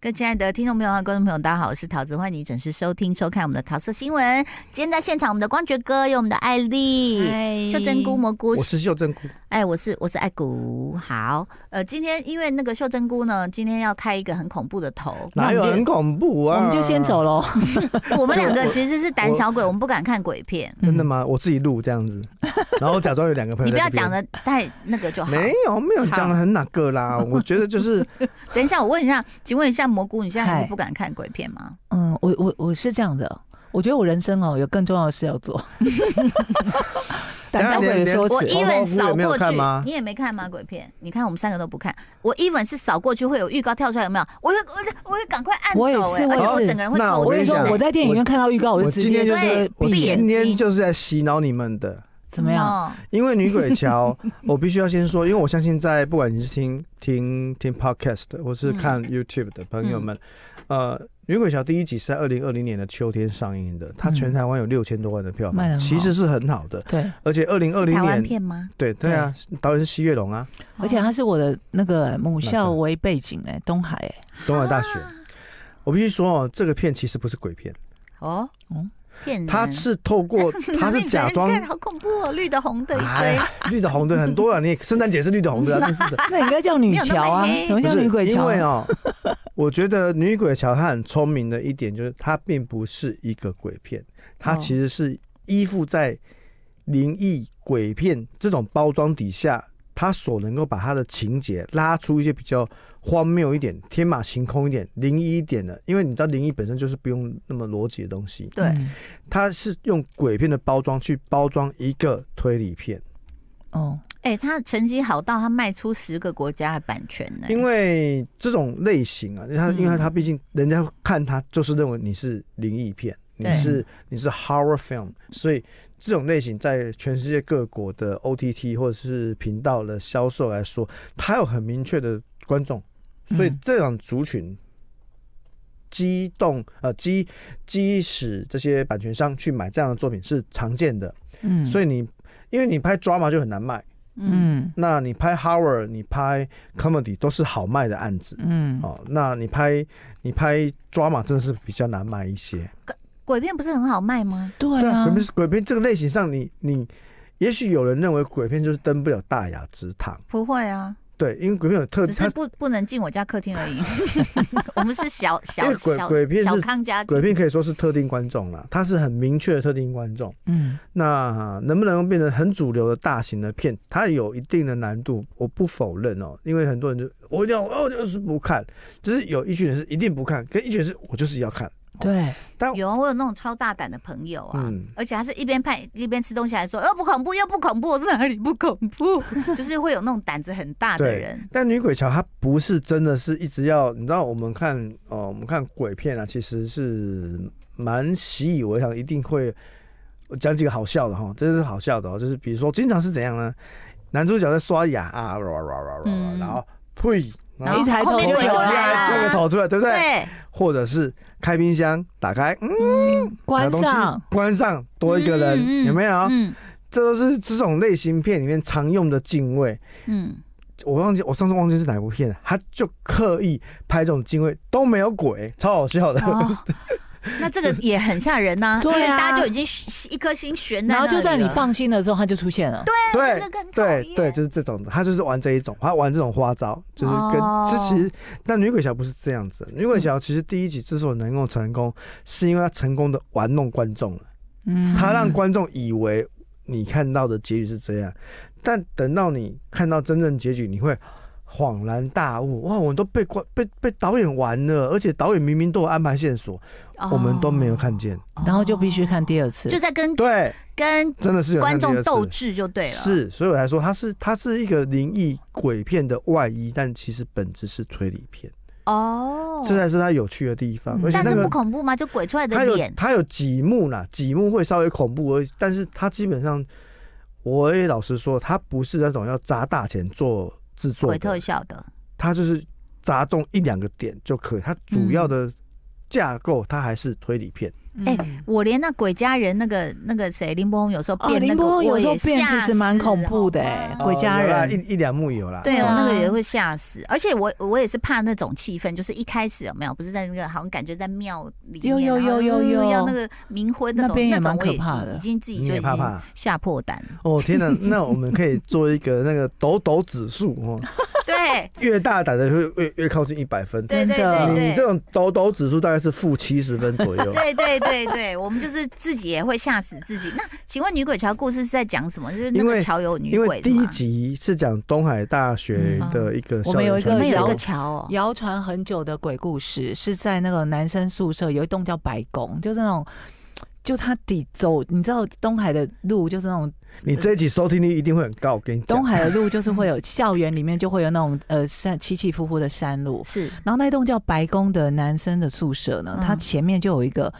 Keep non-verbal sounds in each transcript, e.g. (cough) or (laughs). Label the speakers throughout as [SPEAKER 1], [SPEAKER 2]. [SPEAKER 1] 各位亲爱的听众朋友和观众朋友，大家好，我是桃子，欢迎你准时收听、收看我们的桃色新闻。今天在现场，我们的光觉哥有我们的艾丽、
[SPEAKER 2] 哎
[SPEAKER 1] 秀珍菇、蘑菇
[SPEAKER 3] 我，是秀珍菇，，
[SPEAKER 1] 哎，我是我是艾谷。好，呃，今天因为那个秀珍菇呢，今天要开一个很恐怖的头
[SPEAKER 3] 哪
[SPEAKER 2] 那
[SPEAKER 3] 有
[SPEAKER 2] 我们就
[SPEAKER 3] 很恐怖
[SPEAKER 2] 我
[SPEAKER 3] 啊？
[SPEAKER 2] 们就先走喽。
[SPEAKER 1] 我们两个其实是胆小鬼，我们不敢看鬼片。
[SPEAKER 3] 真的吗？我自己录这样子，然后假装有两个朋
[SPEAKER 1] 你
[SPEAKER 3] 友。
[SPEAKER 1] 不要讲。的太那个就好。
[SPEAKER 3] 没有没有
[SPEAKER 1] 好
[SPEAKER 3] 讲的很哪个啦，我觉得就是
[SPEAKER 1] 等一下，我问一下，请问一下蘑菇，你现在还是
[SPEAKER 2] 嗨
[SPEAKER 1] 不敢看鬼片吗？
[SPEAKER 2] 嗯，我我我是这样的，我觉得我人生哦有更重要的事要
[SPEAKER 3] (laughs)
[SPEAKER 2] 做。胆小鬼的说
[SPEAKER 1] 我
[SPEAKER 2] 辞，
[SPEAKER 3] 一
[SPEAKER 1] even
[SPEAKER 3] 猫猫屋
[SPEAKER 1] 扫
[SPEAKER 3] 也没有
[SPEAKER 1] 过去
[SPEAKER 3] 看吗，
[SPEAKER 1] 你也没看吗？鬼片？你看我们三个都不看。我 even 是扫过去会有预告跳出来，有没有？我就我就我就赶快按走、
[SPEAKER 2] 我
[SPEAKER 1] 欸，
[SPEAKER 2] 也是
[SPEAKER 1] 而且
[SPEAKER 2] 我
[SPEAKER 1] 我
[SPEAKER 2] 也是
[SPEAKER 1] 整个人会欸
[SPEAKER 3] 那
[SPEAKER 1] 抽
[SPEAKER 3] 我
[SPEAKER 2] 我
[SPEAKER 3] 跟
[SPEAKER 2] 跟
[SPEAKER 3] 你
[SPEAKER 2] 你说
[SPEAKER 3] 讲，
[SPEAKER 2] 我在电影院看到预告，我
[SPEAKER 3] 我
[SPEAKER 2] 就直
[SPEAKER 3] 今天
[SPEAKER 2] 接
[SPEAKER 3] 就
[SPEAKER 1] 对
[SPEAKER 3] 是我
[SPEAKER 1] 闭眼
[SPEAKER 3] 今天
[SPEAKER 1] 睛
[SPEAKER 3] 就是在洗脑你们的，
[SPEAKER 2] 怎么样？
[SPEAKER 1] 哦
[SPEAKER 3] 因为女鬼桥，我必须要先说，因为我相信在不管你是听听听 podcast 或是看 YouTube 的朋友们，呃，女鬼桥第一集是在二零二零年的秋天上映的，它全
[SPEAKER 2] 嗯
[SPEAKER 3] 台湾有六千多万的票
[SPEAKER 2] 卖得很
[SPEAKER 3] 房，
[SPEAKER 2] 好
[SPEAKER 3] 其实是很好的，
[SPEAKER 1] 哦
[SPEAKER 2] 对，
[SPEAKER 3] 而且二零二
[SPEAKER 1] 是
[SPEAKER 3] 零
[SPEAKER 1] 台湾
[SPEAKER 3] 年
[SPEAKER 1] 片吗？
[SPEAKER 3] 对对啊，导演是西月龙啊，
[SPEAKER 2] 而且它是我的那个母
[SPEAKER 3] 哪
[SPEAKER 2] 校
[SPEAKER 3] 个
[SPEAKER 2] 为背景，哎，东海，哎，
[SPEAKER 3] 东海大学。
[SPEAKER 1] 啊
[SPEAKER 3] 我必须说哦，这个片其实不是鬼片，
[SPEAKER 1] 哦
[SPEAKER 2] 嗯，
[SPEAKER 1] 骗人。
[SPEAKER 3] 它是透过
[SPEAKER 1] (laughs)
[SPEAKER 3] 它是假装
[SPEAKER 1] 看好恐怖哦，绿的红的一
[SPEAKER 3] 哎
[SPEAKER 1] 堆。
[SPEAKER 3] 绿的红的很多了，你圣诞节是绿的红的
[SPEAKER 1] (laughs)
[SPEAKER 3] 啊，真是的。
[SPEAKER 2] 那应该叫女桥啊
[SPEAKER 1] 没有那么黑，
[SPEAKER 2] 怎么
[SPEAKER 3] 不
[SPEAKER 2] 叫
[SPEAKER 3] 是
[SPEAKER 2] 女鬼
[SPEAKER 3] 因
[SPEAKER 2] 桥？啊
[SPEAKER 3] 为 (laughs) 哦，我觉得《女鬼桥》它很聪明的一点就是，它并不是一个鬼片，它
[SPEAKER 2] 哦
[SPEAKER 3] 其实是依附在灵异鬼片这种包装底下，它所能够把它的情节拉出一些比较荒谬一点、天马行空一点、灵异一点的。因为你知道，灵异本身就是不用那么逻辑的东西，
[SPEAKER 1] 对，
[SPEAKER 2] 嗯，
[SPEAKER 3] 它是用鬼片的包装去包装一个推理片。
[SPEAKER 2] 哦，
[SPEAKER 1] 哎，他成绩好到他卖出十个国家的版权呢。
[SPEAKER 3] 因为这种类型啊，它
[SPEAKER 1] 哎嗯
[SPEAKER 3] 因为它毕竟人家看它就是认为你是灵异片，你
[SPEAKER 1] 对
[SPEAKER 3] 是你是 horror film，所以这种类型在全世界各国的 OTT 或者是频道的销售来说，它有很明确的观众，所以
[SPEAKER 2] 嗯
[SPEAKER 3] 这种族群。激动呃激激使这些版权商去买这样的作品是常见的，
[SPEAKER 2] 嗯，
[SPEAKER 3] 所
[SPEAKER 2] 以，
[SPEAKER 3] 以你因为你拍 drama 就很难卖，
[SPEAKER 2] 嗯
[SPEAKER 3] 那你拍 horror 你拍 comedy 都是好卖的案子，
[SPEAKER 2] 嗯，
[SPEAKER 3] 哦，那你拍你拍抓马真的是比较难卖一些。
[SPEAKER 1] 鬼片不是很好卖吗？
[SPEAKER 2] 对啊
[SPEAKER 3] 鬼，片鬼片这个类型上你，你也许有人认为鬼片就是登不了大雅之堂，
[SPEAKER 1] 不会啊，
[SPEAKER 3] 对，因为鬼片有特
[SPEAKER 1] 只是
[SPEAKER 3] 它
[SPEAKER 1] 不不能进我家客厅而已。
[SPEAKER 3] (laughs)
[SPEAKER 1] 我们是小
[SPEAKER 3] 因
[SPEAKER 1] 小
[SPEAKER 3] 为鬼
[SPEAKER 1] 小
[SPEAKER 3] 鬼片
[SPEAKER 1] 小
[SPEAKER 3] 是
[SPEAKER 1] 康家庭。
[SPEAKER 3] 鬼片可以说是特定观众啦，它是很明确的特定观众。
[SPEAKER 2] 嗯，
[SPEAKER 3] 那能不能变成很主流的大型的片，它有一定的难度，我不否认哦，因为很多人就我一定要哦就是不看，就是有一群人是一定不看，跟一群人是我就是要看，
[SPEAKER 2] 对，
[SPEAKER 3] 但
[SPEAKER 1] 有啊，我有那种超大胆的朋友啊，
[SPEAKER 3] 哦嗯
[SPEAKER 1] 而且他是一边拍一边吃东西，还说呃又不恐怖又不恐怖，我是哪里不恐怖？ (laughs) 就是会有那种胆子很大的
[SPEAKER 3] 对
[SPEAKER 1] 人，
[SPEAKER 3] 但女鬼桥它不是真的是一直要，你知道我们看哦、呃我们看鬼片啊，其实是蛮习以为常，一定会我讲几个好笑的哈，真的是好笑的哦，就是比如说经常是怎样呢？男主角在刷牙啊，哇哇哇哇哇
[SPEAKER 1] 嗯
[SPEAKER 3] 然后呸，
[SPEAKER 2] 然
[SPEAKER 3] 然
[SPEAKER 2] 后
[SPEAKER 3] 后
[SPEAKER 2] 一抬
[SPEAKER 1] 后
[SPEAKER 2] 头
[SPEAKER 1] 面
[SPEAKER 2] 就有
[SPEAKER 1] 鬼
[SPEAKER 3] 就
[SPEAKER 1] 过来
[SPEAKER 2] 啦
[SPEAKER 1] 啊
[SPEAKER 3] 哦这个头出来，对不对？
[SPEAKER 1] 对，
[SPEAKER 3] 或者是开冰箱打开，嗯，
[SPEAKER 2] 关
[SPEAKER 3] 东西
[SPEAKER 2] 上，
[SPEAKER 3] 关上多一个人，
[SPEAKER 1] 嗯嗯
[SPEAKER 3] 有没有？
[SPEAKER 1] 嗯
[SPEAKER 3] 这都是这种类型片里面常用的敬畏。
[SPEAKER 1] 嗯，
[SPEAKER 3] 我忘记我上次忘记是哪部片了，他就刻意拍这种敬畏都没有鬼，超好笑的。
[SPEAKER 1] 哦，那这个也很吓人呐、
[SPEAKER 2] 对啊
[SPEAKER 1] 因为大家就已经悬一颗心悬在
[SPEAKER 2] 然
[SPEAKER 1] 那
[SPEAKER 2] 后
[SPEAKER 1] 里了，
[SPEAKER 2] 就在你放心的时候，它就出现了。对，
[SPEAKER 3] (laughs) 对
[SPEAKER 1] 那个很讨厌
[SPEAKER 3] 对对，就是这种的，他就是玩这一种，他玩这种花招，就是跟、
[SPEAKER 1] 哦
[SPEAKER 3] 这其实，但女鬼桥不是这样子的。女鬼桥其实第一集之所以能够成功，是因为他成功的玩弄观众了，
[SPEAKER 2] 嗯
[SPEAKER 3] 他让观众以为你看到的结局是这样，但等到你看到真正结局，你会。恍然大悟，哇！我们都被观被被导演玩了，而且导演明明都有安排线索，
[SPEAKER 1] 哦
[SPEAKER 3] 我们都没有看见。
[SPEAKER 2] 然后就必须看第二次，
[SPEAKER 1] 就在跟
[SPEAKER 3] 对，
[SPEAKER 1] 跟
[SPEAKER 3] 真的是有
[SPEAKER 1] 观
[SPEAKER 3] 那
[SPEAKER 1] 众
[SPEAKER 3] 个
[SPEAKER 1] 斗
[SPEAKER 3] 是
[SPEAKER 1] 智就对了，
[SPEAKER 3] 是，所以我才说它是它是一个灵异鬼片的外衣，但其实本质是推理片，
[SPEAKER 1] 哦，
[SPEAKER 3] 这才是它有趣的地方。
[SPEAKER 2] 嗯
[SPEAKER 3] 而且
[SPEAKER 1] 但
[SPEAKER 3] 那
[SPEAKER 1] 是不
[SPEAKER 3] 个
[SPEAKER 1] 恐怖吗？就鬼出来
[SPEAKER 3] 它
[SPEAKER 1] 的
[SPEAKER 3] 有
[SPEAKER 1] 脸，
[SPEAKER 3] 它有几幕啦，几幕会稍微恐怖而已，但是它基本上，我也老实说，它不是那种要砸大钱做制作
[SPEAKER 1] 鬼特
[SPEAKER 3] 的，
[SPEAKER 1] 效的，
[SPEAKER 3] 它就是砸中一两个点就可以，它主要的架构它还是推理片。
[SPEAKER 1] 哎、我连那鬼家人那个那个谁林柏宏有时候
[SPEAKER 2] 哦，
[SPEAKER 1] 变那
[SPEAKER 2] 林
[SPEAKER 1] 个，
[SPEAKER 2] 波
[SPEAKER 1] 我
[SPEAKER 2] 有时候
[SPEAKER 1] 也
[SPEAKER 2] 变
[SPEAKER 1] 吓
[SPEAKER 2] 其实
[SPEAKER 1] 死
[SPEAKER 2] 蛮恐怖的、
[SPEAKER 1] 好
[SPEAKER 2] 哎
[SPEAKER 1] 吗，
[SPEAKER 2] 鬼家
[SPEAKER 3] 哦有啦
[SPEAKER 2] 人，
[SPEAKER 3] 一一两幕有啦，
[SPEAKER 1] 对
[SPEAKER 2] 对
[SPEAKER 1] 我
[SPEAKER 2] 啊
[SPEAKER 1] 那个也会吓死，而且我我也是怕那种气氛，就是一开始有没有不是在那个好像感觉在庙里面，
[SPEAKER 2] 有有
[SPEAKER 1] 然后呃
[SPEAKER 2] 有有有
[SPEAKER 1] 要那个冥婚那
[SPEAKER 2] 那
[SPEAKER 1] 种
[SPEAKER 2] 边也
[SPEAKER 1] 种
[SPEAKER 2] 蛮
[SPEAKER 1] 我也
[SPEAKER 2] 可怕的
[SPEAKER 1] 已经自己
[SPEAKER 3] 你
[SPEAKER 1] 就
[SPEAKER 3] 也
[SPEAKER 1] 已
[SPEAKER 3] 怕
[SPEAKER 1] 经
[SPEAKER 3] 怕。
[SPEAKER 1] 吓破
[SPEAKER 2] (laughs)
[SPEAKER 1] 胆，
[SPEAKER 3] 哦天
[SPEAKER 1] (laughs)
[SPEAKER 3] 哪，那我们可以做一个那个抖抖指数哦，
[SPEAKER 1] (laughs) 对
[SPEAKER 3] 越大胆的会越越靠近一百分。呃
[SPEAKER 1] 对对
[SPEAKER 2] 真的
[SPEAKER 1] 对
[SPEAKER 3] 你这
[SPEAKER 1] 对。
[SPEAKER 3] 种抖抖指数大概是负七十分左右。
[SPEAKER 1] (laughs) 对对对对，我们就是自己也会吓死自己。那请问女鬼桥故事是在讲什么？就是那
[SPEAKER 3] 因
[SPEAKER 1] 个
[SPEAKER 3] 为
[SPEAKER 1] 桥有女
[SPEAKER 3] 因为
[SPEAKER 1] 鬼的
[SPEAKER 3] 第一
[SPEAKER 1] 吗？
[SPEAKER 3] 集是讲东海大学的一
[SPEAKER 2] 嗯
[SPEAKER 3] 个
[SPEAKER 2] 哦我
[SPEAKER 3] 校
[SPEAKER 2] 们有一
[SPEAKER 3] 园
[SPEAKER 1] 我
[SPEAKER 3] 传
[SPEAKER 1] 们
[SPEAKER 3] 说，
[SPEAKER 1] 有一个
[SPEAKER 2] 有
[SPEAKER 1] 桥哦，
[SPEAKER 2] 谣传很久的鬼故事，是在那个男生宿舍有一栋叫白宫，就是那种，就他底走，你知道东海的路就是那种
[SPEAKER 3] 你这一集收听率一定会很高，我跟你讲
[SPEAKER 2] 东。海的路就是会有校园里面就会有那种呃山起起伏伏的山路，
[SPEAKER 1] 是
[SPEAKER 2] 然后那一栋叫白宫的男生的宿舍呢，
[SPEAKER 1] 嗯
[SPEAKER 2] 它前面就有一个。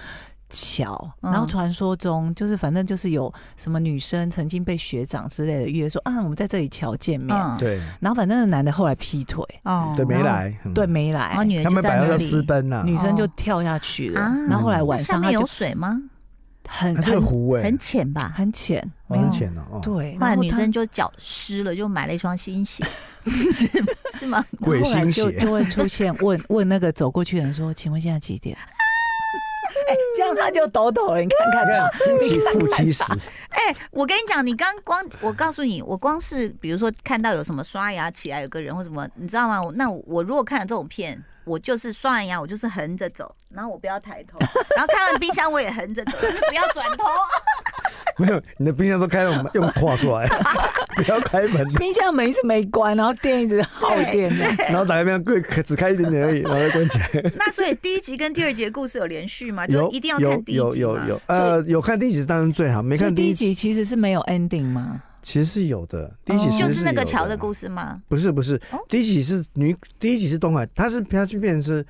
[SPEAKER 2] 桥，
[SPEAKER 1] 嗯
[SPEAKER 2] 然后传说中就是反正就是有什么女生曾经被学长之类的约说啊，我们在这里桥见面，
[SPEAKER 1] 嗯
[SPEAKER 3] 对
[SPEAKER 2] 然后反正那男的后来劈腿，
[SPEAKER 1] 哦
[SPEAKER 3] 对，没来。嗯
[SPEAKER 2] 对，，没来，
[SPEAKER 1] 然后女人
[SPEAKER 3] 他
[SPEAKER 1] 就
[SPEAKER 3] 们
[SPEAKER 1] 在
[SPEAKER 3] 摆
[SPEAKER 1] 那
[SPEAKER 3] 到
[SPEAKER 1] 里，
[SPEAKER 3] 私奔啊呐，
[SPEAKER 2] 女生就
[SPEAKER 1] 哦
[SPEAKER 2] 跳下去了，
[SPEAKER 1] 啊
[SPEAKER 2] 然后后来晚
[SPEAKER 1] 那上
[SPEAKER 2] 上她
[SPEAKER 1] 面
[SPEAKER 2] 就
[SPEAKER 1] 有水吗？
[SPEAKER 2] 很
[SPEAKER 3] 它是个
[SPEAKER 2] 很
[SPEAKER 3] 湖哎
[SPEAKER 1] 很，浅吧？
[SPEAKER 2] 很浅，没有
[SPEAKER 3] 很浅哦。哦，
[SPEAKER 2] 对，
[SPEAKER 1] 后来
[SPEAKER 2] 然
[SPEAKER 1] 女
[SPEAKER 2] 她
[SPEAKER 1] 生就脚湿了，就买了一双新 (laughs) 鞋，是是吗？
[SPEAKER 2] 她后
[SPEAKER 3] 哦鬼
[SPEAKER 2] 来
[SPEAKER 3] 心
[SPEAKER 2] 就
[SPEAKER 3] 血，
[SPEAKER 2] 就会出现问问那个走过去的人说：“请问现在几点？”
[SPEAKER 1] (laughs)
[SPEAKER 2] 哎，这样他就抖抖了，你看看他，
[SPEAKER 3] 七 (laughs) 负七十，
[SPEAKER 1] (laughs) 哎、我跟你讲，你刚光我告诉你，我光是比如说看到有什么刷牙起来有个人或什么，你知道吗？我那我我如果看了这种片，我就是刷完牙我就是横着走，然后我不要抬头，然后开完冰箱我也横着走，就是不要转头。 (laughs)
[SPEAKER 3] 没有，你的冰箱都开了，我们用跨出
[SPEAKER 2] (laughs)
[SPEAKER 3] 来，不要开门，
[SPEAKER 2] 冰箱门一直没关，然后电一直耗电这样。
[SPEAKER 3] 然后打开冰箱柜只开一点点而已，然后再关起
[SPEAKER 1] (laughs)
[SPEAKER 3] 来。
[SPEAKER 1] 那所以第一集跟第二集的故事有连续吗？啊就
[SPEAKER 3] 有
[SPEAKER 1] 一定要
[SPEAKER 3] 有
[SPEAKER 1] 看第一集
[SPEAKER 3] 有有
[SPEAKER 1] 吗
[SPEAKER 3] 有，呃，有看第一集是当然最好，没
[SPEAKER 2] 所以
[SPEAKER 3] 看
[SPEAKER 2] 第
[SPEAKER 3] 第
[SPEAKER 2] 一
[SPEAKER 3] 一集
[SPEAKER 2] 集其实是没有 ending 吗？
[SPEAKER 3] 其实是有的，第一集
[SPEAKER 2] 哦
[SPEAKER 3] 其实
[SPEAKER 1] 就是那个桥的
[SPEAKER 3] 事。
[SPEAKER 1] 故事吗？
[SPEAKER 3] 不是不是
[SPEAKER 1] 哦，
[SPEAKER 3] 第一集是女，第一集是东海，她是她去变成是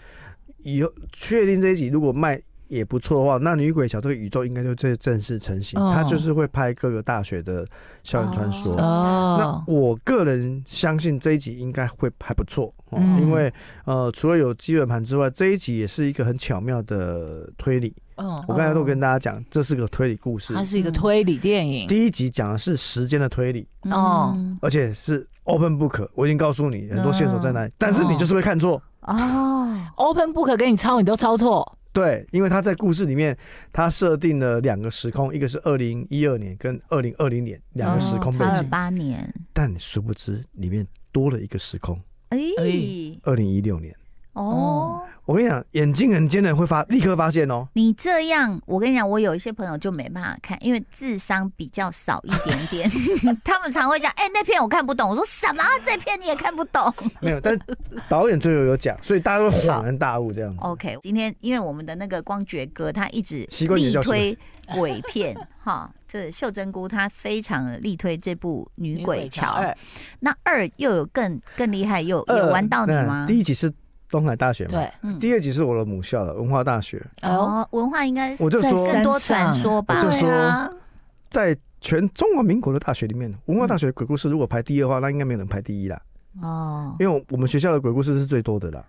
[SPEAKER 3] 以后确定这一集如果卖也不错的话，那女鬼桥这个宇宙应该就这正式成型。
[SPEAKER 2] 哦
[SPEAKER 3] 她就是会拍各个大学的校园传说。
[SPEAKER 1] 哦
[SPEAKER 2] 哦
[SPEAKER 3] 那，我个人相信这一集应该会还不错、哦
[SPEAKER 2] 嗯
[SPEAKER 3] 因为呃，除了有基本盘之外，这一集也是一个很巧妙的推理。
[SPEAKER 1] 哦
[SPEAKER 2] 嗯
[SPEAKER 3] 我刚才都跟大家讲，这是个推理故事
[SPEAKER 2] 它。是一个推理电影，
[SPEAKER 3] 第一集讲的是时间的推理，
[SPEAKER 2] 哦
[SPEAKER 1] 嗯
[SPEAKER 3] 而且是 open book，我已经告诉你很多线索在哪里，
[SPEAKER 1] 嗯
[SPEAKER 3] 但是你就是会看错。
[SPEAKER 1] 哦，
[SPEAKER 2] Open Book 给你抄，你都抄错。
[SPEAKER 3] 对，因为他在故事里面，他设定了两个时空，一个是二零一二年跟二零二零年两个时空背
[SPEAKER 1] 哦嗯差了
[SPEAKER 3] 景，
[SPEAKER 1] 八年，
[SPEAKER 3] 但你殊不知里面多了一个时空，
[SPEAKER 1] 哎、
[SPEAKER 2] 哎
[SPEAKER 3] 二零一六年。
[SPEAKER 1] 哦。
[SPEAKER 3] 我跟你讲，眼睛很尖的人会发立刻发
[SPEAKER 1] (laughs)
[SPEAKER 3] 现哦，
[SPEAKER 1] 你这样，我跟你讲，我有一些朋友就没办法看，因为智商比较少一点
[SPEAKER 3] (laughs)
[SPEAKER 1] 点。他们常会讲：“哎、那片我看不懂。”我说：“什么？这片你也看不
[SPEAKER 3] (laughs)
[SPEAKER 1] 懂
[SPEAKER 3] 没有，但导演最后有讲，所以大家都会恍然大悟这样子。
[SPEAKER 1] ？”OK，今天因为我们的那个光觉哥他一直
[SPEAKER 3] 习惯你
[SPEAKER 1] 力
[SPEAKER 3] 叫
[SPEAKER 1] 推鬼片， (laughs) 哈，这秀珍菇她非常力推这部《女鬼桥》。那二又有更更厉害，有有玩到你
[SPEAKER 3] 呃那
[SPEAKER 1] 吗？
[SPEAKER 3] 第一集是东海大学嘛，
[SPEAKER 2] 对，
[SPEAKER 1] 嗯，
[SPEAKER 3] 第二集是我的母校了，文化大学。
[SPEAKER 2] 哦，
[SPEAKER 1] 哦，文化应该
[SPEAKER 3] 我就
[SPEAKER 2] 在
[SPEAKER 3] 说，
[SPEAKER 1] 更多传说吧
[SPEAKER 3] 我。就
[SPEAKER 2] 对啊，
[SPEAKER 3] 在全中华民国的大学里面，文化大学的鬼故事如果排第二的话，那应该没有人排第一啦，
[SPEAKER 1] 哦，
[SPEAKER 3] 因为我们学校的鬼故事是最多的啦。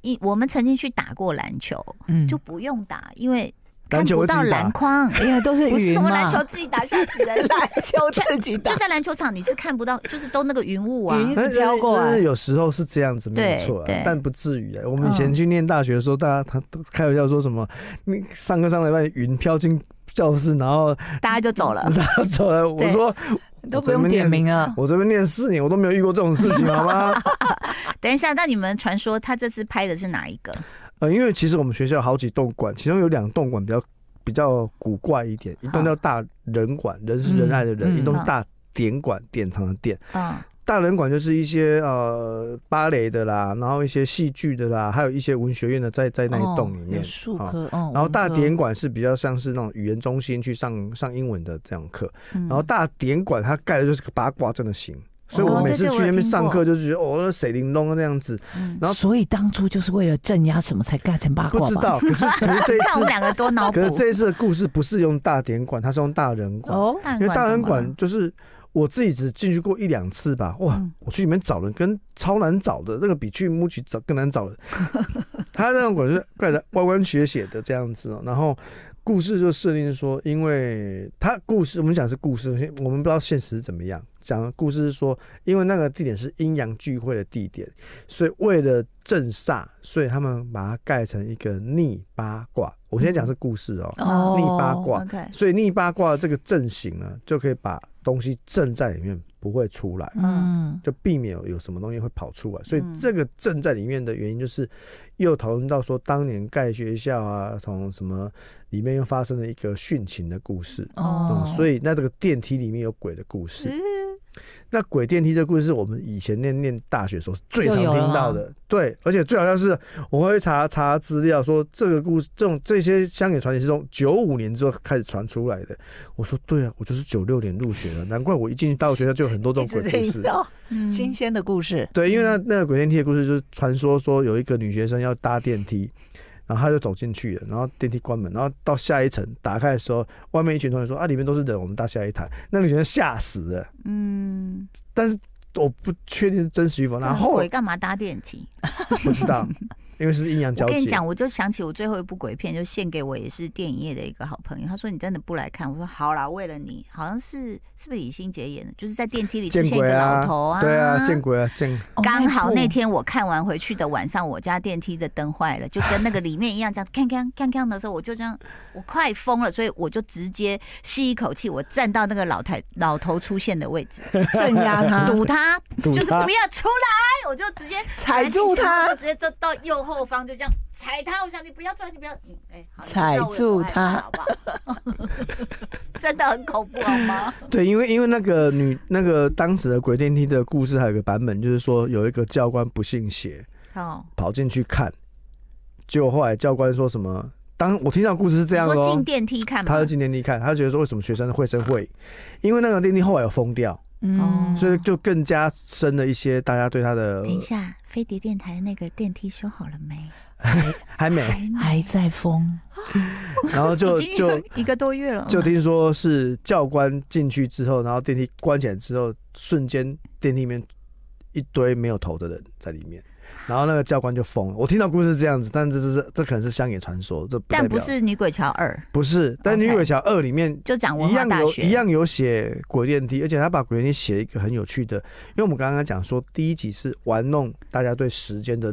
[SPEAKER 1] 一我们曾经去打过篮球，
[SPEAKER 2] 嗯
[SPEAKER 1] 就不用打，因为看
[SPEAKER 3] 篮球
[SPEAKER 1] 不
[SPEAKER 3] 会自
[SPEAKER 1] 到
[SPEAKER 3] 己打
[SPEAKER 1] 篮筐，
[SPEAKER 2] 因为都是
[SPEAKER 1] 不是
[SPEAKER 2] 云
[SPEAKER 1] 什么篮
[SPEAKER 2] 嘛，
[SPEAKER 1] 球自己打，吓死人了。 (laughs)
[SPEAKER 2] 篮球自己打
[SPEAKER 1] 就，在篮球场，你是看不到，就是都那个云雾啊。
[SPEAKER 2] (laughs) 云一
[SPEAKER 3] 但
[SPEAKER 2] 直
[SPEAKER 3] 是
[SPEAKER 2] 飘过
[SPEAKER 3] 但
[SPEAKER 2] 来
[SPEAKER 3] 是。有时候是这样子，没有错啊
[SPEAKER 1] 对对，
[SPEAKER 3] 但不至于啊。我们以前去念大学的时候，大家他都开玩笑说什么，你上课上了一半，云飘进教室，然后
[SPEAKER 1] 大家就走了。
[SPEAKER 3] 他走了。我
[SPEAKER 1] 对
[SPEAKER 3] 说
[SPEAKER 2] (laughs) 都不用点名 (laughs) 啊，
[SPEAKER 3] 我这边念四年，我都没有遇过这种事情，好吗？ (laughs)
[SPEAKER 1] 等一下，那你们传说他这次拍的是哪一个？
[SPEAKER 3] 呃，因为其实我们学校有好几栋馆，其中有两栋馆比较比较古怪一点，一栋叫大人馆，人是仁爱的人，
[SPEAKER 2] 嗯嗯
[SPEAKER 3] 一栋大典馆，典藏的典。
[SPEAKER 1] 嗯，
[SPEAKER 3] 大人馆就是一些呃芭蕾的啦，然后一些戏剧的啦，还有一些文学院的在在那一栋里面。
[SPEAKER 2] 哦有数
[SPEAKER 3] 啊
[SPEAKER 2] 科，哦
[SPEAKER 3] 然后大
[SPEAKER 2] 文科
[SPEAKER 3] 典馆是比较像是那种语言中心去上上英文的这样课，
[SPEAKER 1] 嗯
[SPEAKER 3] 然后大典馆它盖的就是个八卦阵的形，所以
[SPEAKER 2] 哦
[SPEAKER 3] 我每
[SPEAKER 1] 对
[SPEAKER 3] 次
[SPEAKER 1] 对
[SPEAKER 3] 去
[SPEAKER 1] 我有
[SPEAKER 3] 那边
[SPEAKER 1] 听
[SPEAKER 3] 上
[SPEAKER 1] 过
[SPEAKER 3] 课就是觉得哦，那水玲珑啊那样子，
[SPEAKER 1] 嗯
[SPEAKER 3] 然后
[SPEAKER 2] 所以当初就是为了镇压什么才盖成八
[SPEAKER 3] 不
[SPEAKER 2] 卦
[SPEAKER 3] 知
[SPEAKER 2] 吧？
[SPEAKER 3] 道，可是可是这一
[SPEAKER 1] (laughs) 看我们
[SPEAKER 3] 次，
[SPEAKER 1] 两个多脑补
[SPEAKER 3] 可。是这一次的故事不是用大典馆，它是用大人馆，
[SPEAKER 2] 哦，
[SPEAKER 1] 大
[SPEAKER 3] 因为大人
[SPEAKER 1] 人馆怎么
[SPEAKER 3] 馆
[SPEAKER 1] 了
[SPEAKER 3] 就是。我自己只进去过一两次吧，哇！
[SPEAKER 1] 嗯
[SPEAKER 3] 我去里面找人跟超难找的，那个比去
[SPEAKER 1] (laughs)
[SPEAKER 3] 木曲找更难找的。他那种馆是盖的歪弯斜斜的这样子、哦，然后故事就设定说，因为他故事我们讲是故事，我们不知道现实是怎么样。讲的故事是说，因为那个地点是阴阳聚会的地点，所以为了镇煞，所以他们把它盖成一个逆八卦。我先讲是故事哦，
[SPEAKER 1] 哦
[SPEAKER 3] 逆八卦
[SPEAKER 1] OK，
[SPEAKER 3] 所以逆八卦的这个阵型呢，就可以把东西镇在里面，不会出来。
[SPEAKER 2] 嗯，
[SPEAKER 3] 就避免有有什么东西会跑出来。所以
[SPEAKER 1] 嗯
[SPEAKER 3] 这个正在里面的原因就是，又讨论到说当年盖学校啊，从什么里面又发生了一个殉情的故事。
[SPEAKER 1] 哦
[SPEAKER 3] 嗯，所以那这个电梯里面有鬼的故事，
[SPEAKER 1] 嗯
[SPEAKER 3] 那鬼电梯这个故事是我们以前念念大学的时候是最常
[SPEAKER 2] 就有了
[SPEAKER 3] 听到
[SPEAKER 2] 啊
[SPEAKER 3] 的，对，而且最好像是我会查查资料说这个故事，这种这些乡野传奇是从九五年之后开始传出来的。我说对啊，我就是九六年入学的，难怪我一进到学校就有很多这
[SPEAKER 2] 一
[SPEAKER 3] 种鬼
[SPEAKER 2] 直
[SPEAKER 3] 故事
[SPEAKER 2] (laughs) 听。到
[SPEAKER 1] 嗯
[SPEAKER 2] 新鲜的故事，
[SPEAKER 3] 对，因为那那个鬼电梯的故事就是传说说有一个女学生要搭电梯，然后她就走进去了，然后电梯关门，然后到下一层打开的时候，外面一群同学说啊里面都是人，我们搭下一台。那个女生吓死了，
[SPEAKER 1] 嗯，
[SPEAKER 3] 但是我不确定是真实与否，然后
[SPEAKER 1] 鬼干嘛搭电梯？
[SPEAKER 3] 不知道，因为是阴阳交
[SPEAKER 1] 我跟你
[SPEAKER 3] 界。
[SPEAKER 1] 讲，我就想起我最后一部鬼片，就献给我也是电影业的一个好朋友。他说：“你真的不来看？”我说：“好啦，为了你，好像是是不是李心洁演的？就是在电梯里出
[SPEAKER 3] 见
[SPEAKER 1] 现一
[SPEAKER 3] 鬼
[SPEAKER 1] 个老
[SPEAKER 3] 啊
[SPEAKER 1] 头啊，
[SPEAKER 3] 对啊，见鬼啊，见
[SPEAKER 1] (laughs)
[SPEAKER 2] 哦
[SPEAKER 1] 刚好那
[SPEAKER 2] 一部
[SPEAKER 1] 天我看完回去的晚上，我家电梯的灯坏了，就跟那个里面一样，这样锵锵锵锵的时候，我就这样，我快疯了，所以我就直接吸一口气，我站到那个老太老头出现的位置，
[SPEAKER 2] 镇压 (laughs) 他，
[SPEAKER 1] 堵他，
[SPEAKER 3] 堵
[SPEAKER 1] 就是不
[SPEAKER 3] 他
[SPEAKER 1] 要出来，我就直接
[SPEAKER 2] 踩住
[SPEAKER 1] 我
[SPEAKER 2] 他
[SPEAKER 1] 就，直接就到右后方就这样踩他，我想你不要出来，你不要，嗯哎，好
[SPEAKER 2] 踩住他
[SPEAKER 1] 好不好？ (laughs) 真的很恐怖，好吗？
[SPEAKER 3] 对，因为因为那个女那个当时的鬼电梯的故事还有一个版本，就是说有一个教官不信邪，
[SPEAKER 1] 哦，
[SPEAKER 3] 跑进去看，结果后来教官说什么？当我听到故事是这样的
[SPEAKER 1] 说
[SPEAKER 3] 哦
[SPEAKER 1] 进，电梯看
[SPEAKER 3] 他
[SPEAKER 1] 嘛
[SPEAKER 3] 就，进电梯看，他觉得说为什么学生会生会影，因为那个电梯后来有封掉，
[SPEAKER 1] 哦
[SPEAKER 2] 嗯，
[SPEAKER 3] 所以就更加深了一些大家对他的
[SPEAKER 1] 等一下，飞碟电台那个电梯修好了没？
[SPEAKER 3] 还美，
[SPEAKER 2] 还在疯，
[SPEAKER 3] 然后就
[SPEAKER 1] (laughs) 已经
[SPEAKER 3] 就
[SPEAKER 1] 一个多月了，
[SPEAKER 3] 就听说是教官进去之后，然后电梯关起来之后，瞬间电梯里面一堆没有头的人在里面。然后那个教官就疯了，我听到故事是这样子，但这这是这可能是乡野传说，这不代
[SPEAKER 1] 但
[SPEAKER 3] 表
[SPEAKER 1] 不是《女鬼桥二
[SPEAKER 3] 不是，但《女
[SPEAKER 1] OK
[SPEAKER 3] 鬼桥二》里面》，
[SPEAKER 1] 就讲文
[SPEAKER 3] 一
[SPEAKER 1] 化
[SPEAKER 3] 样
[SPEAKER 1] 大
[SPEAKER 3] 有
[SPEAKER 1] 学
[SPEAKER 3] 一样有写鬼电梯，而且他把鬼电梯写一个很有趣的，因为我们刚刚讲说，第一集是玩弄大家对时间的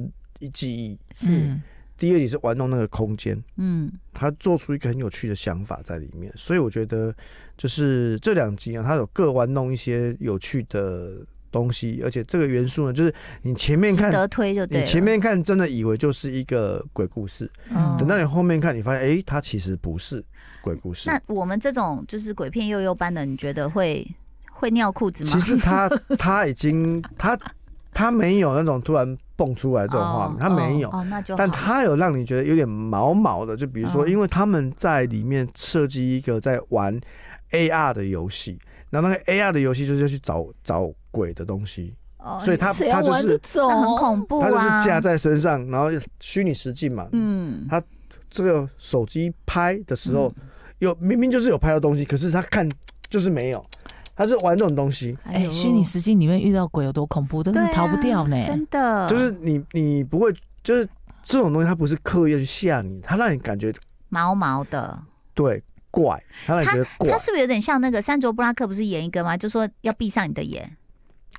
[SPEAKER 3] 记忆，
[SPEAKER 1] 是，
[SPEAKER 2] 嗯
[SPEAKER 3] 第二集是玩弄那个空间，
[SPEAKER 1] 嗯
[SPEAKER 3] 他做出一个很有趣的想法在里面，所以我觉得就是这两集啊，它有各玩弄一些有趣的东西，而且这个元素呢，就是你前面
[SPEAKER 1] 值
[SPEAKER 3] 看，
[SPEAKER 1] 得推就对
[SPEAKER 3] 你
[SPEAKER 1] 了。
[SPEAKER 3] 前面看真的以为就是一个鬼故事，
[SPEAKER 1] 嗯
[SPEAKER 3] 等到你后面看，你发现哎、诶它其实不是鬼故事。
[SPEAKER 1] 那我们这种就是鬼片幼幼班的，你觉得会会尿裤子吗
[SPEAKER 3] 其？实他
[SPEAKER 1] (laughs)
[SPEAKER 3] 他已经他他没有那种突然蹦出来这种画
[SPEAKER 1] 哦
[SPEAKER 3] 面，他没有，
[SPEAKER 1] 哦，哦那就好
[SPEAKER 3] 但他有让你觉得有点毛毛的。就比如说，
[SPEAKER 1] 嗯
[SPEAKER 3] 因为他们在里面设计一个在玩 AR 的游戏，然后那个 AR 的游戏就是要去找找鬼的东西，
[SPEAKER 2] 嗯
[SPEAKER 1] 哦
[SPEAKER 3] 所以他
[SPEAKER 2] 谁要
[SPEAKER 3] 他就
[SPEAKER 2] 玩这
[SPEAKER 3] 是
[SPEAKER 1] 那
[SPEAKER 2] 种
[SPEAKER 1] 很恐怖
[SPEAKER 3] 他就
[SPEAKER 1] 啊，
[SPEAKER 3] 是架在身上，然后虚拟实境嘛。
[SPEAKER 1] 嗯
[SPEAKER 3] 他这个手机拍的时候，有明明就是有拍到东西，可是他看就是没有，他是玩这种东西。
[SPEAKER 1] 哎
[SPEAKER 2] 哎，
[SPEAKER 1] 呦
[SPEAKER 2] 虚拟实境里面遇到鬼有多恐怖，真
[SPEAKER 1] 对
[SPEAKER 2] 的
[SPEAKER 1] 啊
[SPEAKER 2] 逃不掉呢。
[SPEAKER 1] 真的
[SPEAKER 3] 就是你你不会，就是这种东西，它不是刻意地去吓你，它让你感觉
[SPEAKER 1] 毛毛的。
[SPEAKER 3] 对怪，它让你觉得怪
[SPEAKER 1] 他。是不是有点像那个山卓布拉克？不是演一个吗？就说要闭上你的眼，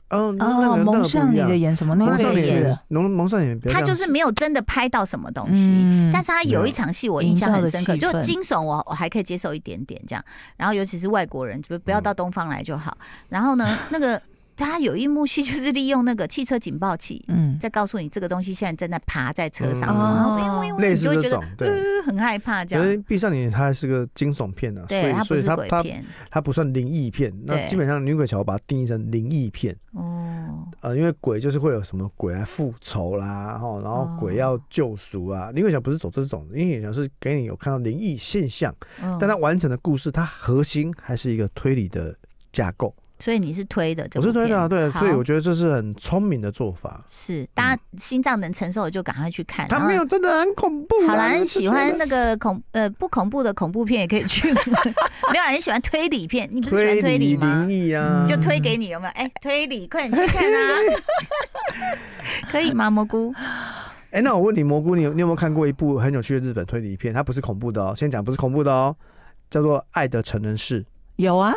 [SPEAKER 3] 嗯，那那
[SPEAKER 2] 哦，
[SPEAKER 3] 个
[SPEAKER 2] 蒙上你的，眼什么那个
[SPEAKER 3] 那个不一样
[SPEAKER 2] 类似
[SPEAKER 3] 蒙上你的眼
[SPEAKER 2] 的，，
[SPEAKER 3] 蒙蒙上你的眼，不要
[SPEAKER 1] 他
[SPEAKER 3] 这
[SPEAKER 1] 就
[SPEAKER 3] 样
[SPEAKER 1] 是没有真的拍到什么东西。
[SPEAKER 2] 嗯
[SPEAKER 1] 但是他有一场戏我印象很深刻，
[SPEAKER 2] 营造
[SPEAKER 1] 就
[SPEAKER 2] 的
[SPEAKER 1] 是
[SPEAKER 2] 气氛
[SPEAKER 1] 惊悚我我还可以接受一点点这样，然后尤其是外国人，不不要到东方来就
[SPEAKER 2] 嗯
[SPEAKER 1] 好。然后呢，那个他有一幕戏就是利用那个汽车警报器，
[SPEAKER 2] 嗯，
[SPEAKER 1] 在告诉你这个东西现在正在爬在车上什
[SPEAKER 3] 嗯
[SPEAKER 1] 么，然后
[SPEAKER 2] 哦
[SPEAKER 1] 嗡嗡嗡
[SPEAKER 3] 类
[SPEAKER 1] 你
[SPEAKER 3] 似
[SPEAKER 1] 就会
[SPEAKER 3] 这
[SPEAKER 1] 觉得
[SPEAKER 3] 种对。
[SPEAKER 1] 呃很害怕这
[SPEAKER 3] 可是
[SPEAKER 1] 样。
[SPEAKER 3] 闭上眼，它还是个惊悚片啊，所
[SPEAKER 1] 对，
[SPEAKER 3] 以
[SPEAKER 1] 它
[SPEAKER 3] 所
[SPEAKER 1] 不
[SPEAKER 3] 以
[SPEAKER 1] 是
[SPEAKER 3] 它
[SPEAKER 1] 鬼
[SPEAKER 3] 它
[SPEAKER 1] 片
[SPEAKER 3] 它不算灵异片。那
[SPEAKER 1] 对
[SPEAKER 3] 基本上《女鬼桥》把它定义成灵异片，
[SPEAKER 1] 哦，
[SPEAKER 3] 呃，因为鬼就是会有什么鬼来复仇啦，然后然
[SPEAKER 1] 哦
[SPEAKER 3] 后鬼要救赎啊。女鬼桥不是走这种，女鬼桥是给你有看到灵异现象。
[SPEAKER 1] 嗯
[SPEAKER 3] 但它完整的故事，它核心还是一个推理的架构。
[SPEAKER 1] 所以你是推的，这
[SPEAKER 3] 我
[SPEAKER 1] 部
[SPEAKER 3] 是推的啊，
[SPEAKER 1] 片
[SPEAKER 3] 对，所以
[SPEAKER 1] 好
[SPEAKER 3] 我觉得这是很聪明的做法。
[SPEAKER 1] 是大家心脏能承受的就赶快去看。然
[SPEAKER 3] 它
[SPEAKER 1] 后
[SPEAKER 3] 没有真的很恐怖、啊。
[SPEAKER 1] 好啦，
[SPEAKER 3] 就
[SPEAKER 1] 你
[SPEAKER 3] 是
[SPEAKER 1] 喜
[SPEAKER 3] 觉
[SPEAKER 1] 欢
[SPEAKER 3] 得
[SPEAKER 1] 那个恐呃不恐怖的恐怖片也可以
[SPEAKER 3] (laughs)
[SPEAKER 1] 去，没有啦，你喜欢推理片，你不是喜欢
[SPEAKER 3] 推
[SPEAKER 1] 推理
[SPEAKER 3] 理
[SPEAKER 1] 吗
[SPEAKER 3] 灵？异啊？
[SPEAKER 2] 嗯
[SPEAKER 1] 就推给你
[SPEAKER 3] (laughs)
[SPEAKER 1] 有没有？哎、推理，快点去看啊！可以吗，蘑菇？
[SPEAKER 3] 哎，那我问你，蘑菇，你有你有没有看过一部很有趣的日本推理片？它不是恐怖的哦，先讲不是恐怖的哦，叫做《爱的成人式》。
[SPEAKER 2] 有啊，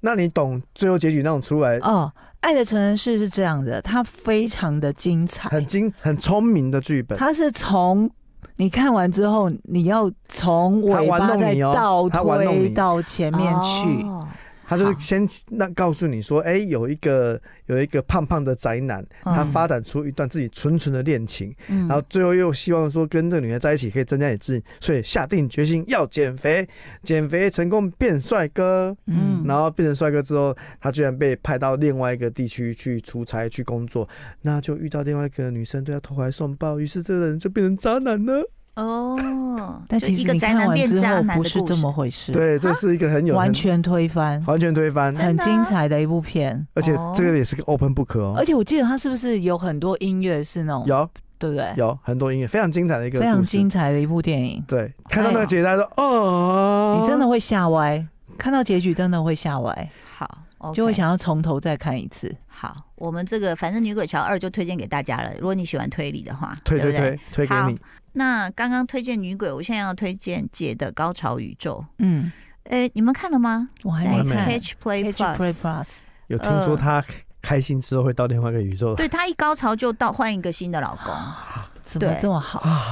[SPEAKER 3] 那你懂最后结局那种出来
[SPEAKER 2] 哦，《爱的成人式》是这样的，它非常的精彩
[SPEAKER 3] 很，精、很聪明的剧本，
[SPEAKER 2] 它是从你看完之后，你要从尾
[SPEAKER 3] 它
[SPEAKER 2] 巴
[SPEAKER 3] 玩弄
[SPEAKER 2] 再
[SPEAKER 3] 你哦
[SPEAKER 2] 倒
[SPEAKER 3] 它玩弄你
[SPEAKER 2] 推到前面去。
[SPEAKER 1] 哦
[SPEAKER 3] 他就是先那告诉你说，哎、有一个有一个胖胖的宅男，他
[SPEAKER 2] 嗯
[SPEAKER 3] 发展出一段自己纯纯的恋情，
[SPEAKER 2] 嗯
[SPEAKER 3] 然后最后又希望说跟这个女孩在一起可以增加你自己，所以下定决心要减肥，减肥成功变帅哥。
[SPEAKER 2] 嗯
[SPEAKER 3] 然后变成帅哥之后，他居然被派到另外一个地区去出差去工作，那就遇到另外一个女生对他投怀送抱，于是这个人就变成渣男了。
[SPEAKER 2] (laughs)
[SPEAKER 1] 哦，
[SPEAKER 2] 但
[SPEAKER 1] 就
[SPEAKER 2] 其
[SPEAKER 1] 一
[SPEAKER 2] 实
[SPEAKER 1] 个
[SPEAKER 2] 你
[SPEAKER 1] 宅
[SPEAKER 2] 看
[SPEAKER 1] 男
[SPEAKER 2] 完
[SPEAKER 1] 变
[SPEAKER 2] 之
[SPEAKER 1] 渣
[SPEAKER 2] 后
[SPEAKER 1] 男
[SPEAKER 2] 不
[SPEAKER 1] 的
[SPEAKER 2] 是
[SPEAKER 1] 故
[SPEAKER 2] 这
[SPEAKER 1] 事
[SPEAKER 2] 么回事，
[SPEAKER 3] 对，这是一个很有
[SPEAKER 2] 完
[SPEAKER 3] 很
[SPEAKER 2] 全推翻，
[SPEAKER 3] 完全推翻，
[SPEAKER 1] 真
[SPEAKER 2] 很
[SPEAKER 1] 的
[SPEAKER 2] 精
[SPEAKER 1] 啊
[SPEAKER 2] 彩的一部片。
[SPEAKER 3] 而且
[SPEAKER 1] 哦
[SPEAKER 3] 这个也是个 open book 哦
[SPEAKER 2] 而，且我记得它是不是有很多音乐是那种，
[SPEAKER 3] 有
[SPEAKER 2] 对不对？
[SPEAKER 3] 有很多音乐，非常精彩的一个
[SPEAKER 2] 非常
[SPEAKER 3] 故事
[SPEAKER 2] 精彩的一部电影，
[SPEAKER 3] 对，看到那个结大家说哦，
[SPEAKER 2] 你真的会吓歪。
[SPEAKER 3] 啊
[SPEAKER 2] 看到结局真的会吓歪，
[SPEAKER 1] 好，OK，
[SPEAKER 2] 就会想要从头再看一次。
[SPEAKER 1] 好，我们这个反正《女鬼桥二》就推荐给大家了。如果你喜欢推理的话，
[SPEAKER 3] 推
[SPEAKER 1] 对
[SPEAKER 3] 推
[SPEAKER 1] 不对
[SPEAKER 3] 推推给
[SPEAKER 1] 好
[SPEAKER 3] 你，
[SPEAKER 1] 那刚刚推荐女鬼，我现在要推荐姐的《高潮宇宙
[SPEAKER 2] 嗯，》。
[SPEAKER 1] 哎，你们看了吗？
[SPEAKER 2] 我还
[SPEAKER 1] 在
[SPEAKER 2] 没
[SPEAKER 3] 没
[SPEAKER 2] 看。
[SPEAKER 1] Catch Play
[SPEAKER 2] Catch Play
[SPEAKER 1] Plus，
[SPEAKER 2] Plus，
[SPEAKER 3] 有听
[SPEAKER 1] 嗯
[SPEAKER 3] 说他开心之后会到另外一个宇宙，
[SPEAKER 1] 对她一高潮就到换一个新的老公。
[SPEAKER 2] 啊怎么
[SPEAKER 1] 对
[SPEAKER 2] 这么好？
[SPEAKER 3] 啊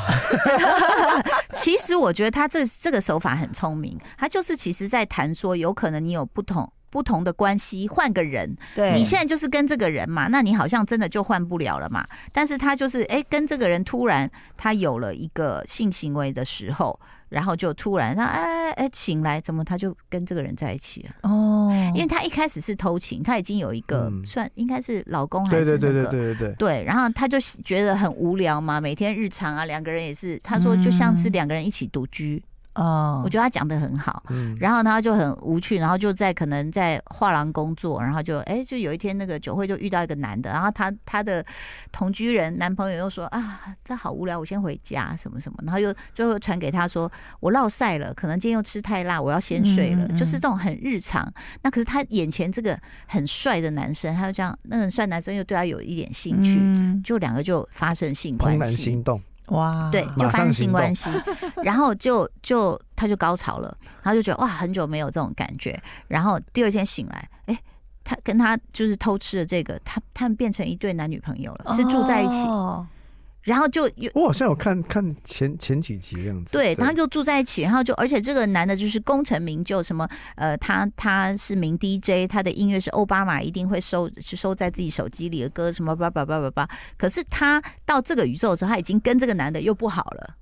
[SPEAKER 1] 其实我觉得她这这个手法很聪明，她就是其实在谈说，有可能你有不同不同的关系，换个人，
[SPEAKER 3] 哎
[SPEAKER 2] 对
[SPEAKER 1] 你现在就是跟这个人嘛，那你好像真的就换不了了嘛。但是他就是哎、诶跟这个人突然他有了一个性行为的时候，然后就突然他哎哎醒来，怎么他就跟这个人在一起了？
[SPEAKER 2] 哦，
[SPEAKER 1] 因为他一开始是偷情，他已经有一个、
[SPEAKER 3] 嗯
[SPEAKER 1] 算应该是老公还
[SPEAKER 3] 对 (laughs)
[SPEAKER 1] 是、那
[SPEAKER 3] 对
[SPEAKER 1] 个、
[SPEAKER 3] 对对对对对，
[SPEAKER 1] 对，然后他就觉得很无聊嘛，每天日常啊，两个人也是，他说就像是
[SPEAKER 2] 嗯
[SPEAKER 1] 两个人一起独居，
[SPEAKER 2] 哦，
[SPEAKER 1] 我觉得他讲的很好。
[SPEAKER 3] 嗯，
[SPEAKER 1] 然后他就很无趣，然后就在可能在画廊工作，然后就哎，就有一天那个酒会就遇到一个男的，然后他他的同居人男朋友又说啊，这好无聊，我先回家什么什么，然后又最后传给他说我落晒了，可能今天又吃太辣，我要先睡了，
[SPEAKER 2] 嗯嗯嗯
[SPEAKER 1] 就是这种很日常。那可是他眼前这个很帅的男生，他就这样，那个很帅男生又对他有一点兴趣，
[SPEAKER 2] 嗯
[SPEAKER 1] 就两个就发生性
[SPEAKER 3] 怦
[SPEAKER 1] 关
[SPEAKER 3] 然
[SPEAKER 1] 系
[SPEAKER 3] 心。动，
[SPEAKER 2] 哇，
[SPEAKER 1] 对，就
[SPEAKER 3] 马
[SPEAKER 1] 发生
[SPEAKER 3] 上
[SPEAKER 1] 性
[SPEAKER 3] 行动
[SPEAKER 1] 关系， (laughs) 然后就就他就高潮了，然后就觉得哇，很久没有这种感觉，然后第二天醒来，哎、他跟他就是偷吃的这个，他他们变成一对男女朋友了，是住在一起，
[SPEAKER 2] 哦
[SPEAKER 1] 然后就有。
[SPEAKER 3] 我好像有看看前前几集这样子，
[SPEAKER 1] 对，然后就住在一起，然后就，而且这个男的就是功成名就，什么，呃，他他是名 DJ，他的音乐是奥巴马一定会收是收在自己手机里的歌，什么叭叭叭叭叭。可是他到这个宇宙的时候，他已经跟这个男的又不好了，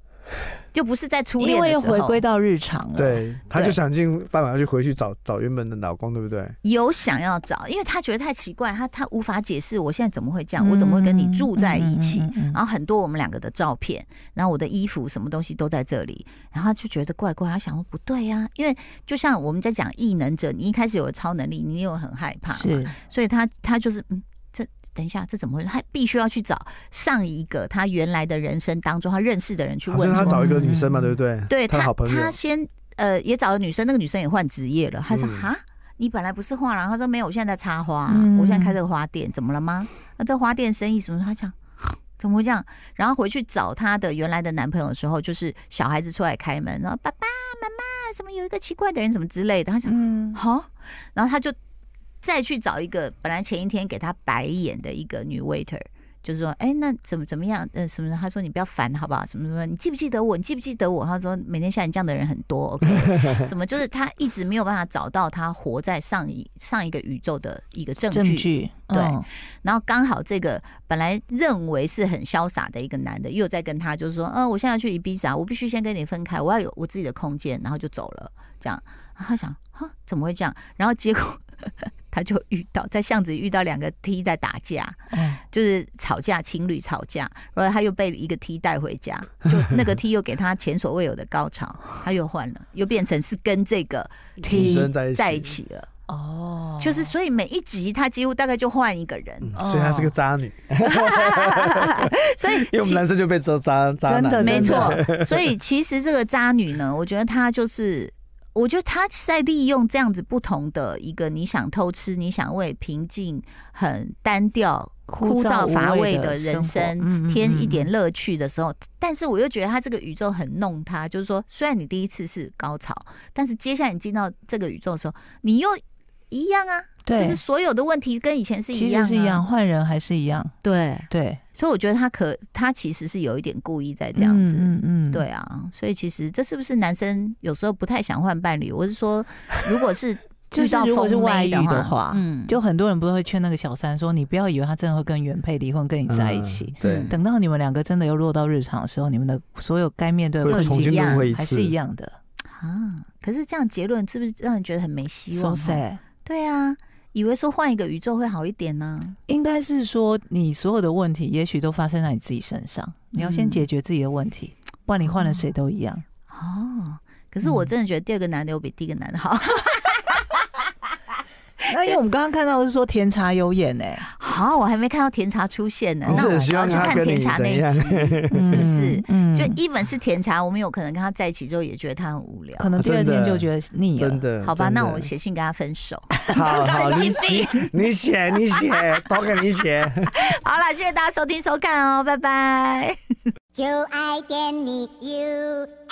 [SPEAKER 1] 就不是在初恋
[SPEAKER 2] 因
[SPEAKER 1] 的
[SPEAKER 2] 为
[SPEAKER 1] 时
[SPEAKER 2] 又
[SPEAKER 1] 候，
[SPEAKER 2] 回归到日常了。，
[SPEAKER 3] 对，他就
[SPEAKER 1] 对
[SPEAKER 3] 想尽办法去回去找找原本的老公，对不对？
[SPEAKER 1] 有想要找，因为他觉得太奇怪，他他无法解释我现在怎么会这样，
[SPEAKER 2] 嗯
[SPEAKER 1] 我怎么会跟你住在一起？
[SPEAKER 2] 嗯嗯嗯嗯嗯
[SPEAKER 1] 然后很多我们两个的照片，然后我的衣服什么东西都在这里，然后他就觉得怪怪，他想说不对呀、因为就像我们在讲异能者，你一开始有了超能力，你又很害怕，
[SPEAKER 2] 是
[SPEAKER 1] 所以他他就是嗯，这等一下这怎么回事？他必须要去找上一个他原来的人生当中他认识的人去
[SPEAKER 3] 好
[SPEAKER 1] 问
[SPEAKER 3] 像
[SPEAKER 1] 说，
[SPEAKER 3] 他找一个女生嘛，
[SPEAKER 2] 嗯
[SPEAKER 3] 对不对？
[SPEAKER 1] 对
[SPEAKER 3] 他的好朋友
[SPEAKER 1] 他先呃也找了女生，那个女生也换职业了。他说
[SPEAKER 3] 嗯
[SPEAKER 1] 哈、你本来不是画廊，他说没有，我现在在插花、啊
[SPEAKER 2] 嗯
[SPEAKER 1] 我现在开这个花店，怎么了吗？那这花店生意什么？他想。怎么会这样？然后回去找她的原来的男朋友的时候，就是小孩子出来开门，然后爸爸妈妈什么有一个奇怪的人什么之类的，他想
[SPEAKER 2] 嗯，
[SPEAKER 1] 好、然后他就再去找一个本来前一天给他白眼的一个女 waiter，就是说，哎，那怎么怎么样？呃，什么？他说你不要烦，好不好？什么什么？你记不记得我？你记不记得我？他说每天像你这样的人很多，OK？什么？就是他一直没有办法找到他活在上一上一个宇宙的一个证据。
[SPEAKER 2] 证据
[SPEAKER 1] 对
[SPEAKER 2] 嗯
[SPEAKER 1] 然后刚好这个本来认为是很潇洒的一个男的，又在跟他就是说，嗯、我现在要去伊比萨，我必须先跟你分开，我要有我自己的空间，然后就走了。这样，然后他想，哈，怎么会这样？然后结果他就遇到在巷子遇到两个 T 在打架，
[SPEAKER 2] 哦
[SPEAKER 1] 就是吵架，情侣吵架，然后他又被一个 T 带回家，就那个 T 又给他前所未有的高潮，他又换了，又变成是跟这个
[SPEAKER 3] 女
[SPEAKER 2] T
[SPEAKER 3] 生在一起，
[SPEAKER 1] 在一起了。
[SPEAKER 2] 哦，
[SPEAKER 1] 就是所以每一集他几乎大概就换一个人，
[SPEAKER 3] 嗯 (laughs) 所以她是个渣女，
[SPEAKER 1] (laughs) 所以
[SPEAKER 3] 因为我们
[SPEAKER 1] 其
[SPEAKER 3] 男生就被这
[SPEAKER 1] 嗯
[SPEAKER 3] 渣渣
[SPEAKER 2] 真的
[SPEAKER 3] 男，
[SPEAKER 1] 没
[SPEAKER 2] 真
[SPEAKER 1] 错，
[SPEAKER 2] (laughs)
[SPEAKER 1] 所以其实这个渣女呢，我觉得她就是，我觉得她是在利用这样子不同的一个，你想偷吃，你想为平静、很单调、枯燥
[SPEAKER 2] 无
[SPEAKER 1] 乏味
[SPEAKER 2] 的
[SPEAKER 1] 的人
[SPEAKER 2] 活
[SPEAKER 1] 生
[SPEAKER 2] 嗯嗯
[SPEAKER 1] 添
[SPEAKER 2] 嗯
[SPEAKER 1] 一点
[SPEAKER 2] 嗯
[SPEAKER 1] 乐趣的时候，但是我又觉得他这个宇宙很弄他，就是说，虽然你第一次是高潮，但是接下来你进到这个宇宙的时候，你又一样啊，就
[SPEAKER 2] 对
[SPEAKER 1] 是，所有的问题跟以前是一
[SPEAKER 2] 其
[SPEAKER 1] 样、
[SPEAKER 2] 实
[SPEAKER 1] 啊，
[SPEAKER 2] 是一样，，换人还是一样，
[SPEAKER 1] 对，
[SPEAKER 2] 对，
[SPEAKER 1] 所以我觉得他可他其实是有一点故意在这样子。
[SPEAKER 2] 嗯嗯，嗯
[SPEAKER 1] 对，啊，所以其实这是不是男生有时候不太想换伴侣？我是说，如果是
[SPEAKER 2] (laughs) 就
[SPEAKER 1] 遇
[SPEAKER 2] 是
[SPEAKER 1] 到
[SPEAKER 2] 如果
[SPEAKER 1] 疯
[SPEAKER 2] 是外
[SPEAKER 1] 妹
[SPEAKER 2] 遇
[SPEAKER 1] 的
[SPEAKER 2] 的话，
[SPEAKER 1] 嗯，
[SPEAKER 2] 就很多人不是会劝那个小三说，你不要以为他真的会跟原配离婚，跟你在一起。
[SPEAKER 3] 嗯对
[SPEAKER 1] 嗯，
[SPEAKER 2] 等到你们两个真的又落到日常的时候，你们的所有该面对的
[SPEAKER 1] 会
[SPEAKER 2] 困
[SPEAKER 3] 重
[SPEAKER 1] 一
[SPEAKER 3] 新
[SPEAKER 2] 境
[SPEAKER 1] 样
[SPEAKER 3] 轮回一
[SPEAKER 2] 还
[SPEAKER 3] 次，
[SPEAKER 2] 是一样的。
[SPEAKER 1] 啊，可是这样结论是不是让人觉得很没希
[SPEAKER 2] So
[SPEAKER 1] 望？
[SPEAKER 2] sad。
[SPEAKER 1] 对啊，以为说换一个宇宙会好一点呢、
[SPEAKER 2] 应该是说，你所有的问题也许都发生在你自己身上，你要先
[SPEAKER 1] 嗯
[SPEAKER 2] 解决自己的问题，不然你换了谁都一样。
[SPEAKER 1] 哦，可是我
[SPEAKER 2] 嗯
[SPEAKER 1] 真的觉得第二个男的有比第一个男的好， (laughs)
[SPEAKER 2] 那因为我们刚刚看到的是说甜茶有眼哎、
[SPEAKER 1] 好，我还没看到甜茶出现
[SPEAKER 2] 哦
[SPEAKER 1] 呢。
[SPEAKER 3] 你
[SPEAKER 1] 那
[SPEAKER 3] 是
[SPEAKER 1] 我
[SPEAKER 3] 很希
[SPEAKER 1] 要
[SPEAKER 3] 望
[SPEAKER 1] 去
[SPEAKER 3] 他
[SPEAKER 1] 看
[SPEAKER 3] 跟
[SPEAKER 1] 甜
[SPEAKER 3] 你
[SPEAKER 1] 茶那
[SPEAKER 3] 怎
[SPEAKER 1] 一
[SPEAKER 2] (laughs)
[SPEAKER 3] 样？
[SPEAKER 1] 集，是不是？
[SPEAKER 2] 嗯
[SPEAKER 1] 就 even 是甜茶，我们有可能跟他在一起之后也觉得他很无聊。
[SPEAKER 2] 可
[SPEAKER 3] 啊
[SPEAKER 2] 能第二天就觉得腻了。
[SPEAKER 3] (laughs) 真的，
[SPEAKER 1] 好吧，
[SPEAKER 3] 真的
[SPEAKER 1] 那我 (laughs) 写信跟他分手。
[SPEAKER 3] 好好，
[SPEAKER 2] 哦
[SPEAKER 1] 神
[SPEAKER 3] 你
[SPEAKER 1] 经病！
[SPEAKER 3] 你写你写，都给你写。
[SPEAKER 1] 好啦，谢谢大家收听收看哦，拜拜。
[SPEAKER 4] 就爱点你 UFO。